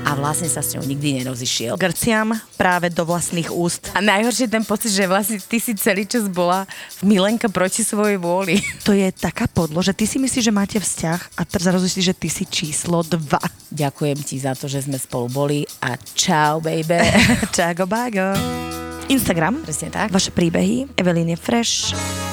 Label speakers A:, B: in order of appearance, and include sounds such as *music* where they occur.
A: a vlastne sa s ňou nikdy nerozišiel.
B: Grciam práve do vlastných úst.
A: A najhoršie je ten pocit, že vlastne ty si celý čas bola Milenka proti svojej vôli.
B: To je taká podlo, že ty si myslíš, že máte vzťah a teraz rozmyslíš, že ty si číslo *laughs* 2.
A: Ďakujem ti za to, že sme spolu boli a čau, baby. *laughs*
B: Čago bago. Instagram,
A: Presne tak.
B: vaše príbehy, Evelyn je fresh.